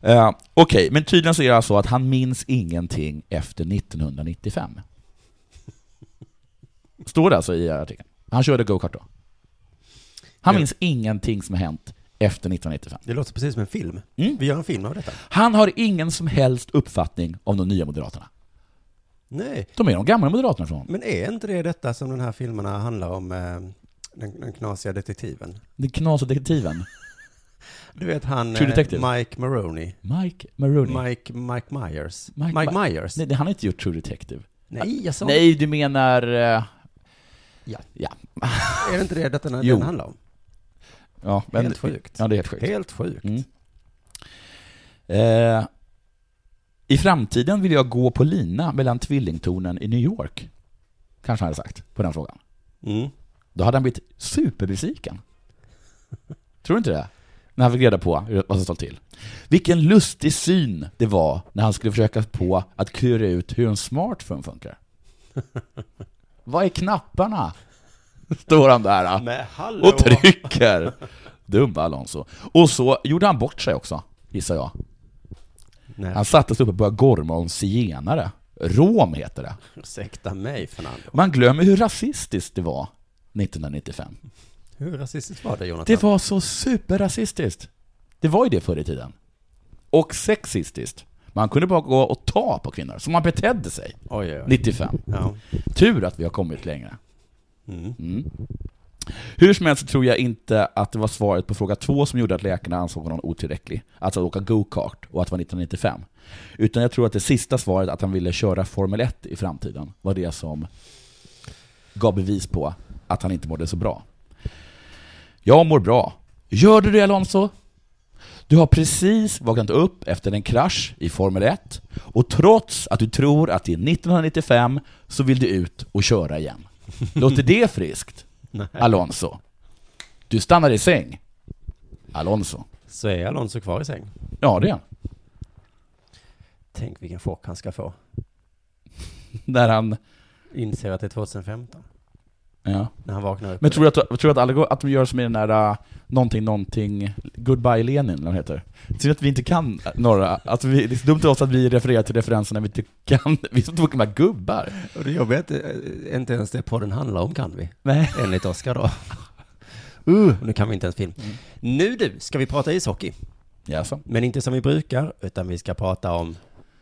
Speaker 4: Ja.
Speaker 2: Eh, Okej, men tydligen så är det alltså att han minns ingenting efter 1995. Står det alltså i artikeln. Han körde go-kart då. Han
Speaker 4: Ja.
Speaker 2: minns ingenting som har hänt efter 1995.
Speaker 4: Det låter precis som en film.
Speaker 2: Mm.
Speaker 4: Vi gör en film av detta.
Speaker 2: Han har ingen som helst uppfattning om de nya moderaterna.
Speaker 4: Nej,
Speaker 2: De är de gamla moderaterna från honom.
Speaker 4: men är inte det detta som den här filmerna handlar om? Eh, den, den knasiga detektiven.
Speaker 2: Den knasiga detektiven.
Speaker 4: Du vet han, eh,
Speaker 2: True Detective.
Speaker 4: Mike Maroney.
Speaker 2: Mike Maroney.
Speaker 4: Mike, Mike Myers. Mike,
Speaker 2: Mike
Speaker 4: Myers? Nej,
Speaker 2: Nej, han har inte gjort True Detective.
Speaker 4: jag sa
Speaker 2: Nej, du menar... eh,
Speaker 4: Ja.
Speaker 2: Ja.
Speaker 4: Är det inte det detta den,
Speaker 2: Jo.
Speaker 4: den handlar om?
Speaker 2: ja men,
Speaker 4: Helt sjukt.
Speaker 2: Ja, det är helt sjukt.
Speaker 4: Helt sjukt.
Speaker 2: Mm. Eh, I framtiden vill jag gå på lina mellan tvillingtornen i New York. Kanske han hade sagt på den frågan.
Speaker 4: Mm.
Speaker 2: Då hade han blivit superbesviken. Tror du inte det? När han fick reda på hur- vad som stod till. Vilken lustig syn det var när han skulle försöka på att klura ut hur en smartphone funkar. Vad är knapparna? Står han där. ah.
Speaker 4: Men hallå!
Speaker 2: Och trycker! Dumma Alonso. Och så gjorde han bort sig också, gissar jag.
Speaker 4: Nej,
Speaker 2: Han satte sig upp och började gorma om zigenare. Rom heter det.
Speaker 4: ursäkta mig Fernando.
Speaker 2: Man glömmer hur rasistiskt det var 1995.
Speaker 4: Hur rasistiskt var det Jonathan?
Speaker 2: Det var så superrasistiskt. Det var ju det förr i tiden. Och sexistiskt. Man kunde bara gå och ta på kvinnor, som man betedde sig.
Speaker 4: Oj, oj, oj.
Speaker 2: 95.
Speaker 4: Ja.
Speaker 2: Tur att vi har kommit längre.
Speaker 4: Mm.
Speaker 2: Mm. Hur som helst så tror jag inte att det var svaret på fråga två som gjorde att läkarna ansåg honom otillräcklig, alltså att åka go-kart och att det var 1995. Utan jag tror att det sista svaret, att han ville köra Formel 1 i framtiden, var det som gav bevis på att han inte mådde så bra. Jag mår bra. Gör du det Alonso? Du har precis vaknat upp efter en krasch i Formel 1 och trots att du tror att det är 1995 så vill du ut och köra igen. Låter det friskt? Alonso. Du stannar i säng. Alonso.
Speaker 4: Så är Alonso kvar i säng.
Speaker 2: Ja, det är han.
Speaker 4: Tänk vilken chock han ska få.
Speaker 2: När han...
Speaker 4: Inser att det är 2015.
Speaker 2: Ja.
Speaker 4: När han vaknar upp.
Speaker 2: Men tror du att, tror du att alla går, att de gör som i den där uh, någonting, någonting, Goodbye Lenin, eller vad den heter? Synd att vi inte kan uh, några, att vi, det är så dumt av oss att vi refererar till referenser när vi inte kan, [LAUGHS] vi är som två gamla gubbar.
Speaker 4: Och det jobbiga är att eh, inte ens det podden handlar om kan vi.
Speaker 2: Nej.
Speaker 4: [LAUGHS] Enligt Oscar
Speaker 2: [LAUGHS]
Speaker 4: då. Uh, nu kan vi inte ens film.
Speaker 2: Mm.
Speaker 4: Nu du, ska vi prata ishockey.
Speaker 2: Jaså?
Speaker 4: Men inte som vi brukar, utan vi ska prata om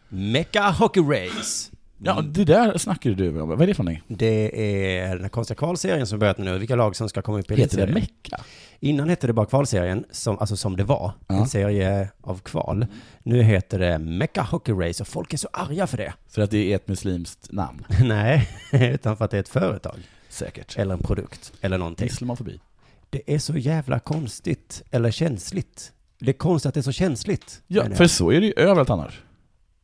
Speaker 4: Mecca Hockey Race.
Speaker 2: Ja, det där snackade du om, vad är det för någonting?
Speaker 4: Det är den här konstiga kvalserien som börjat nu, vilka lag som ska komma upp i
Speaker 2: Heter det
Speaker 4: elitserien.
Speaker 2: Mecka?
Speaker 4: Innan hette det bara kvalserien, som, alltså som det var, en serie av kval. Nu heter det Mecca Hockey Race och folk är så arga för det. [LAUGHS]
Speaker 2: För att det är ett muslimskt namn,
Speaker 4: Nej, [LAUGHS] utan för att det är ett företag,
Speaker 2: säkert.
Speaker 4: eller en produkt, eller någonting.
Speaker 2: Islamofobi.
Speaker 4: Det är så jävla konstigt, eller känsligt, Det är konstigt att det är så känsligt.
Speaker 2: Ja,
Speaker 4: menar jag.
Speaker 2: för så är det ju överallt annars.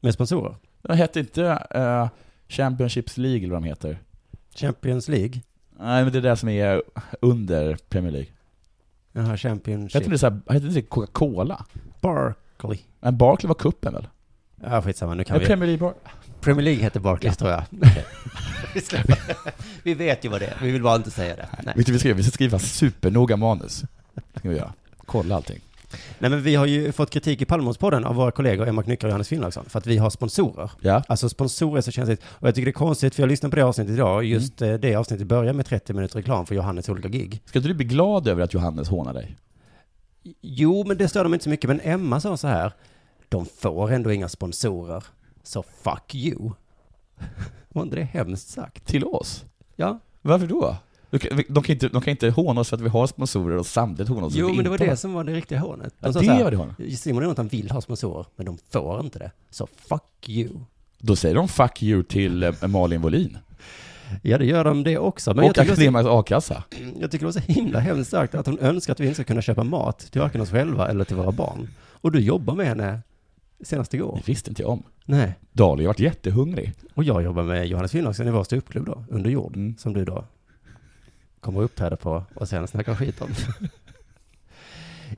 Speaker 4: Med sponsorer.
Speaker 2: Det hette inte eh, Championships League eller vad de heter.
Speaker 4: Champions League.
Speaker 2: Nej, men det är det som är under Premier League.
Speaker 4: Jaha, Championship.
Speaker 2: Hette det, så här, hette det Coca-Cola?
Speaker 4: Barkley.
Speaker 2: Men Barclay var kuppen väl?
Speaker 4: Ja, skitsamma. Nu kan
Speaker 2: Nej,
Speaker 4: vi...
Speaker 2: Premier League Bar-
Speaker 4: Premier League heter Barclays tror jag. [LAUGHS] Vi släpper det. vi vet ju vad det är, vi vill bara inte säga det. Nej.
Speaker 2: Vet du vad vi ska göra? Vi ska skriva supernoga manus. Det ska vi göra. Kolla allting.
Speaker 4: Nej men vi har ju fått kritik i Palmemordspodden av våra kollegor Emma Knyckare och Johannes Finnlaugsson för att vi har sponsorer.
Speaker 2: Ja.
Speaker 4: Alltså sponsorer är så känsligt. Och jag tycker det är konstigt för jag lyssnade på det avsnittet idag och just eh, det avsnittet börjar med 30 minuter reklam för Johannes olika gig.
Speaker 2: Ska inte du bli glad över att Johannes hånar dig?
Speaker 4: Jo men det stör dem inte så mycket men Emma sa så här. De får ändå inga sponsorer. Så fuck you. [LAUGHS] Var inte det hemskt sagt?
Speaker 2: Till oss?
Speaker 4: Ja.
Speaker 2: Varför då? Du kan- De kan, inte, de kan inte håna oss för att vi har sponsorer och samtidigt håna oss för
Speaker 4: Jo
Speaker 2: att vi
Speaker 4: men det var
Speaker 2: Alltså, inte
Speaker 4: det
Speaker 2: har-
Speaker 4: som var det riktiga hånet.
Speaker 2: Ja,
Speaker 4: sa
Speaker 2: det
Speaker 4: så här,
Speaker 2: var det hånet.
Speaker 4: Simon och Jonathan vill ha sponsorer men de får inte det. Så fuck you.
Speaker 2: Då säger de 'fuck you' till eh, Malin Wollin.
Speaker 4: Ja, det gör de det också. Men jag
Speaker 2: Och
Speaker 4: tycker, det var
Speaker 2: Akademisk A-kassa.
Speaker 4: så, jag tycker det var så himla hemskt sagt att hon önskar att vi inte ska kunna köpa mat till varken oss själva eller till våra barn. Och du jobbar med henne senast igår.
Speaker 2: Det visste inte jag om.
Speaker 4: Nej.
Speaker 2: Dali har varit jättehungrig.
Speaker 4: Och jag jobbar med Johannes Finnlagsson i vår ståuppklubb då, Under jord,
Speaker 2: Mm.
Speaker 4: som du då kommer att uppträda på och sen snackar skit om. [LAUGHS]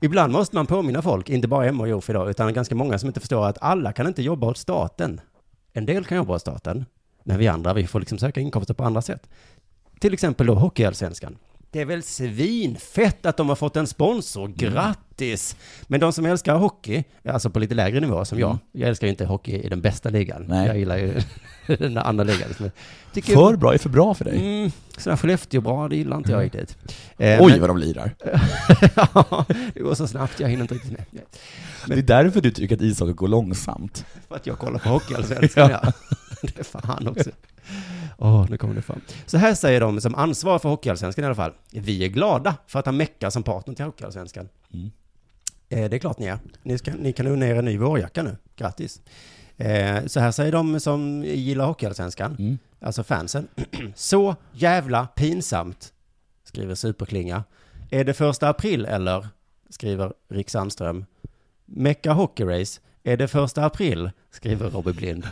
Speaker 4: Ibland måste man påminna folk, inte bara Emma och Jof idag, utan ganska många som inte förstår att alla kan inte jobba åt staten. En del kan jobba åt staten, men vi andra, vi får liksom söka inkomster på andra sätt. Till exempel då Hockeyallsvenskan. Det är väl svinfett att de har fått en sponsor,
Speaker 2: Mm.
Speaker 4: grattis! Men de som älskar hockey, alltså på lite lägre nivå som jag,
Speaker 2: Mm.
Speaker 4: jag älskar ju inte hockey i den bästa ligan,
Speaker 2: Nej.
Speaker 4: jag gillar ju [LAUGHS] den andra ligan. liksom. Tycker
Speaker 2: För bra är för bra för dig.
Speaker 4: Mm, sådana Skellefteå-bra, det gillar inte jag riktigt. Eh,
Speaker 2: Oj
Speaker 4: men-
Speaker 2: vad de lirar.
Speaker 4: [LAUGHS] Ja, det går så snabbt, jag hinner inte riktigt med. Nej, Men-
Speaker 2: Det är därför du tycker att ishockey går långsamt.
Speaker 4: För att jag kollar på
Speaker 2: [LAUGHS]
Speaker 4: Hockeyallsvenskan, ja. [LAUGHS] Det är fan också. Åh, nu kommer det fram. Så här säger de som ansvarar för Hockeyallsvenskan i alla fall. Vi är glada för att ha Mecka som partner till Hockeyallsvenskan.
Speaker 2: Mm.
Speaker 4: Eh, det är klart ni är. Ni, ska, ni kan unna er en ny vårjacka nu. Grattis. Eh, så här säger de som gillar Hockeyallsvenskan,
Speaker 2: Mm.
Speaker 4: alltså fansen. [CLEARS THROAT] så jävla pinsamt, skriver Superklinga. Är det första april eller? Skriver Rick Sandström. Mecka Hockey Race. Är det första april? Skriver Robbie Blind. [LAUGHS]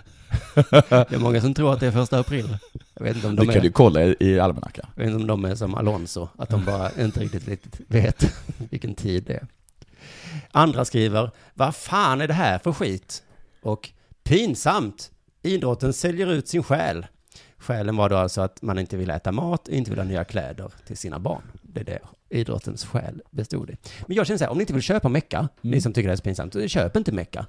Speaker 4: Det är många som tror att det är första april. Jag vet inte om de,
Speaker 2: Det
Speaker 4: är,
Speaker 2: kan du kolla i- i almanackan.
Speaker 4: jag vet inte om de är som Alonso, att de bara inte riktigt, riktigt vet [LAUGHS] vilken tid det är. Andra skriver, vad fan är det här för skit? Och pinsamt, idrotten säljer ut sin själ. Skälen var då alltså att man inte vill äta mat, inte vill ha nya kläder till sina barn. Det är det idrottens själ bestod i. Men jag känner så här, om ni inte vill köpa mecka, ni som tycker det här är så pinsamt, så köp inte mecka.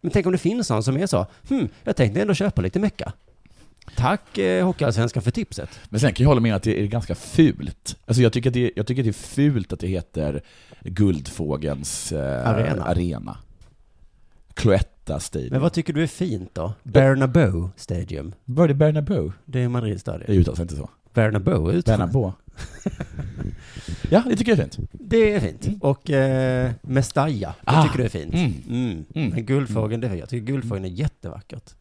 Speaker 4: Men tänk om det finns någon som är så, hm, jag tänkte ändå köpa lite mecka. Tack eh, Hockeyallsvenskan för tipset.
Speaker 2: Men sen kan jag hålla med att det är ganska fult. Alltså jag tycker att det, jag tycker att det är fult att det heter Guldfågens eh,
Speaker 4: Arena.
Speaker 2: arena. arena. Cloetta Stadium.
Speaker 4: Men vad tycker du är fint då? Bernabeu Stadium.
Speaker 2: Var det Bernabeu?
Speaker 4: Det är Madrids
Speaker 2: Det
Speaker 4: stadion.
Speaker 2: uttalas inte så.
Speaker 4: Bernabeu ut.
Speaker 2: Bernabeu. [LAUGHS] ja, det tycker jag är fint.
Speaker 4: Det är fint. Och eh, Mestalla, det
Speaker 2: Mm. Ah,
Speaker 4: tycker du är fint. Mm.
Speaker 2: mm. Mm.
Speaker 4: Men Guldfågeln, det är, jag tycker Guldfågeln är jättevackert.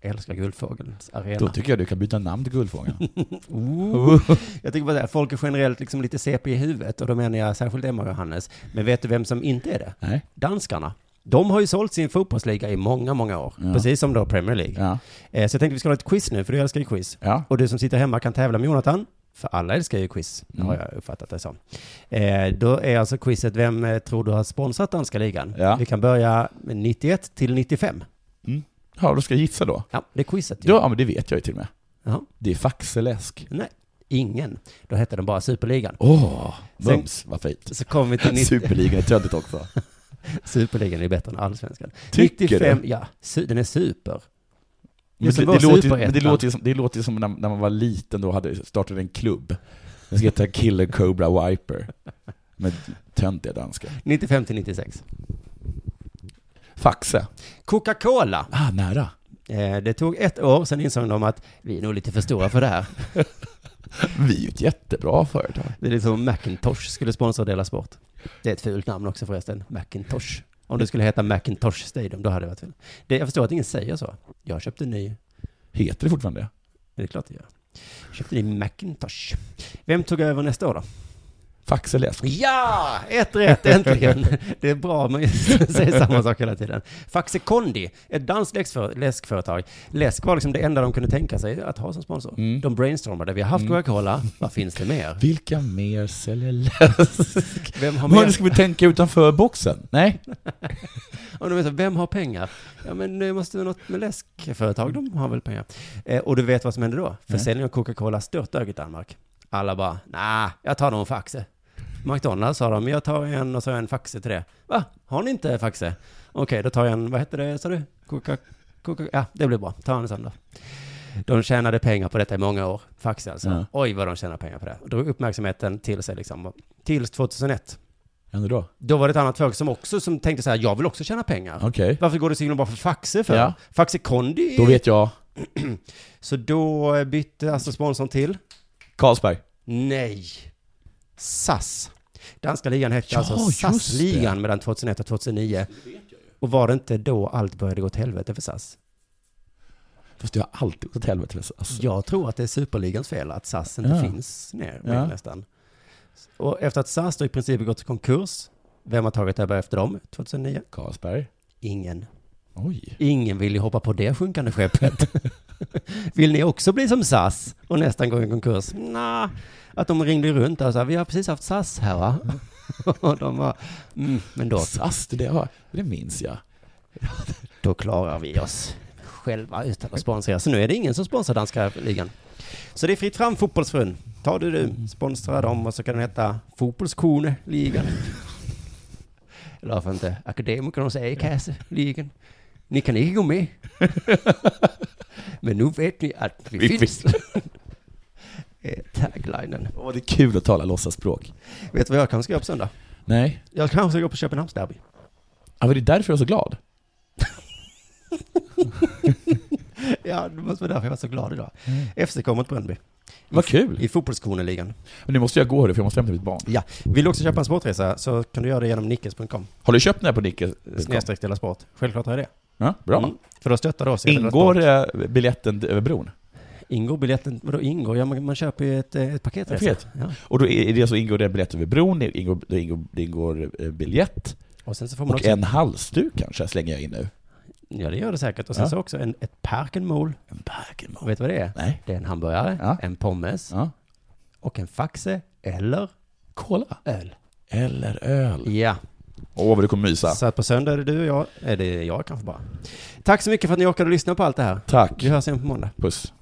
Speaker 4: Jag älskar Guldfågelns arena.
Speaker 2: Då tycker jag du kan byta namn till [LAUGHS] Guldfågeln.
Speaker 4: Ooh.
Speaker 2: [LAUGHS]
Speaker 4: Jag tycker bara det här, folk är generellt liksom lite CP i huvudet och då menar jag särskilt Emma och Johannes. Men vet du vem som inte är det?
Speaker 2: Nej.
Speaker 4: Danskarna. De har ju sålt sin fotbollsliga i många, många år.
Speaker 2: Ja.
Speaker 4: Precis som då Premier League.
Speaker 2: Ja.
Speaker 4: Eh, så jag tänkte vi ska ha ett quiz nu, för du älskar ju quiz.
Speaker 2: Ja.
Speaker 4: Och du som sitter hemma kan tävla med Jonathan. För alla älskar ju quiz,
Speaker 2: Mm.
Speaker 4: har jag uppfattat det som. Eh, då är alltså quizet Vem eh, tror du har sponsrat danska ligan?
Speaker 2: Ja.
Speaker 4: Vi kan börja med 91 till 95.
Speaker 2: ja, då ska jag gissa då.
Speaker 4: Ja, det är quizet. ju.
Speaker 2: Ja, men det vet jag ju till och med.
Speaker 4: Jaha.
Speaker 2: Det är Faxeläsk.
Speaker 4: Nej, ingen. Då hette den bara Superligan.
Speaker 2: Åh,
Speaker 4: Sen-
Speaker 2: mums, vad fint.
Speaker 4: Så kom vi till 90...
Speaker 2: Superligan är töntigt också.
Speaker 4: [LAUGHS] Superligan är bättre än allsvenskan.
Speaker 2: Tycker
Speaker 4: 95, ja. Su- den är super.
Speaker 2: Men det,
Speaker 4: som vår
Speaker 2: det, låter, ju- men
Speaker 4: superettan.
Speaker 2: det, låter ju som, det låter ju som när, när man var liten då hade startat en klubb. Den ska heta Killer Cobra Wiper. Med töntiga danskar.
Speaker 4: 95 till 96.
Speaker 2: Faxe.
Speaker 4: Coca-Cola.
Speaker 2: Ah, nära.
Speaker 4: Eh, det tog ett år, sen insåg de att vi är nog lite för stora för det här.
Speaker 2: Vi är ju ett jättebra företag.
Speaker 4: Det är lite som Macintosh skulle sponsra Dela Sport. Det är ett fult namn också förresten, Macintosh. Om det skulle heta Macintosh Stadium, då hade det varit fel. Det, jag förstår att ingen säger så. Jag köpte en ny,
Speaker 2: Heter det fortfarande det?
Speaker 4: det är klart jag gör. Jag Köpte en ny Macintosh. Vem tog över nästa år då?
Speaker 2: Faxeläs.
Speaker 4: Ja! Ett rätt, äntligen. Det är bra, man [LAUGHS] säger samma sak hela tiden. Faxe Kondi, ett danskt läskför- läskföretag. Läsk var liksom det enda de kunde tänka sig att ha som sponsor. De brainstormade, vi har haft Coca-Cola, vad finns det mer?
Speaker 2: Mm. Vilka mer säljer läsk?
Speaker 4: Vem har
Speaker 2: Men
Speaker 4: mer?
Speaker 2: ska vi tänka utanför boxen? Nej?
Speaker 4: Och de vet, så, vem har pengar? Ja men det måste vara något med läskföretag, de har väl pengar. Eh, och du vet vad som hände då? Försäljningen av Coca-Cola störtdök i Danmark. Alla bara, nej, jag tar någon faxe. McDonalds sa de, men jag tar en och så har jag en faxe till det. Va? Har ni inte faxe? Okej, då tar jag en, vad heter det, sa du? Coca, Coca, ja det blir bra, ta en sån då. De tjänade pengar på detta i många år, faxe alltså.
Speaker 2: Ja.
Speaker 4: Oj vad de tjänade pengar på det. Och drog uppmärksamheten till sig liksom. Tills 2001.
Speaker 2: Ändå då?
Speaker 4: Då var det ett annat företag som också som tänkte så här, jag vill också tjäna pengar.
Speaker 2: Okej.
Speaker 4: Varför går det så himla bra för Faxe för?
Speaker 2: Ja.
Speaker 4: Faxe Kondi?
Speaker 2: Då vet jag.
Speaker 4: Så då eh, bytte alltså sponsorn till?
Speaker 2: Carlsberg.
Speaker 4: Nej. SAS. Danska ligan hette
Speaker 2: Ja,
Speaker 4: alltså
Speaker 2: just
Speaker 4: SAS-ligan mellan 2001 och 2009. Och var det inte då allt började gå åt helvete för SAS?
Speaker 2: Fast det har alltid gått åt helvete med SAS.
Speaker 4: Jag tror att det är superligans fel att SAS inte
Speaker 2: Ja.
Speaker 4: finns ner
Speaker 2: Ja.
Speaker 4: med nästan. Och efter att SAS då i princip gått i konkurs, vem har tagit över efter dem 2009?
Speaker 2: Carlsberg.
Speaker 4: Ingen.
Speaker 2: Oj.
Speaker 4: Ingen vill ju hoppa på det sjunkande skeppet. [LAUGHS] vill ni också bli som SAS och nästan gå i konkurs? Nja, att de ringde runt och sa vi har precis haft SAS här va? [LAUGHS] och de var, mm, men då,
Speaker 2: SAS, det, där har, det minns jag.
Speaker 4: då klarar vi oss själva utan att sponsra. Så nu är det ingen som sponsrar danska ligan. Så det är fritt fram fotbollsfrun. Ta du du, sponsra dem och så kan den heta Fotbollskoneligan. [LAUGHS] Eller varför inte Akademikernas A-kasseligan. Ni kan inte gå
Speaker 2: [LAUGHS]
Speaker 4: med. Men nu vet ni att vi,
Speaker 2: Vi
Speaker 4: finns. [LAUGHS] Är Taglinen.
Speaker 2: Åh, det är kul att tala låtsaspråk.
Speaker 4: Vet du vad jag kanske ska göra på söndag?
Speaker 2: Nej.
Speaker 4: Jag kanske ska gå på Köpenhamnsderby.
Speaker 2: Ja, men det är därför jag är så glad.
Speaker 4: Ja, det måste vara därför jag var så glad idag. FCK mot Bröndby.
Speaker 2: Mm. Vad kul.
Speaker 4: I fotbollskoneligan.
Speaker 2: Men nu måste jag gå här för jag måste hämta mitt barn.
Speaker 4: Ja, vill du också köpa en sportresa så kan du göra det genom nickes.com.
Speaker 2: Har du köpt den här på Nicke?
Speaker 4: Snedstreck Della Sport. Självklart har jag det.
Speaker 2: Ja, bra.
Speaker 4: Mm. För då stöttar du oss i Della
Speaker 2: Ingår
Speaker 4: Sport.
Speaker 2: eh, biljetten över bron?
Speaker 4: Ingår biljetten, vadå ingår? Ja, man, man köper ju ett, eh, ett paketresa.
Speaker 2: Ett paket.
Speaker 4: Ja.
Speaker 2: Och då är det så ingår det en biljett över bron, det ingår, det ingår, det ingår eh, biljett
Speaker 4: Och sen så får man
Speaker 2: och
Speaker 4: också,
Speaker 2: en halsduk kanske slänger jag in nu.
Speaker 4: ja det gör det säkert. Och sen
Speaker 2: Ja.
Speaker 4: så också en, ett parkenmål.
Speaker 2: En Bergenmo.
Speaker 4: Vet du vad det är?
Speaker 2: Nej.
Speaker 4: Det är en hamburgare,
Speaker 2: Ja.
Speaker 4: en pommes
Speaker 2: Ja.
Speaker 4: och en faxe eller
Speaker 2: Cola.
Speaker 4: öl.
Speaker 2: Eller öl.
Speaker 4: Ja,
Speaker 2: Åh, vad du kommer mysa.
Speaker 4: så att på söndag är det du och jag, är det jag kanske bara. Tack så mycket för att ni orkade lyssna på allt det här.
Speaker 2: Tack.
Speaker 4: Vi hörs igen på måndag.
Speaker 2: Puss.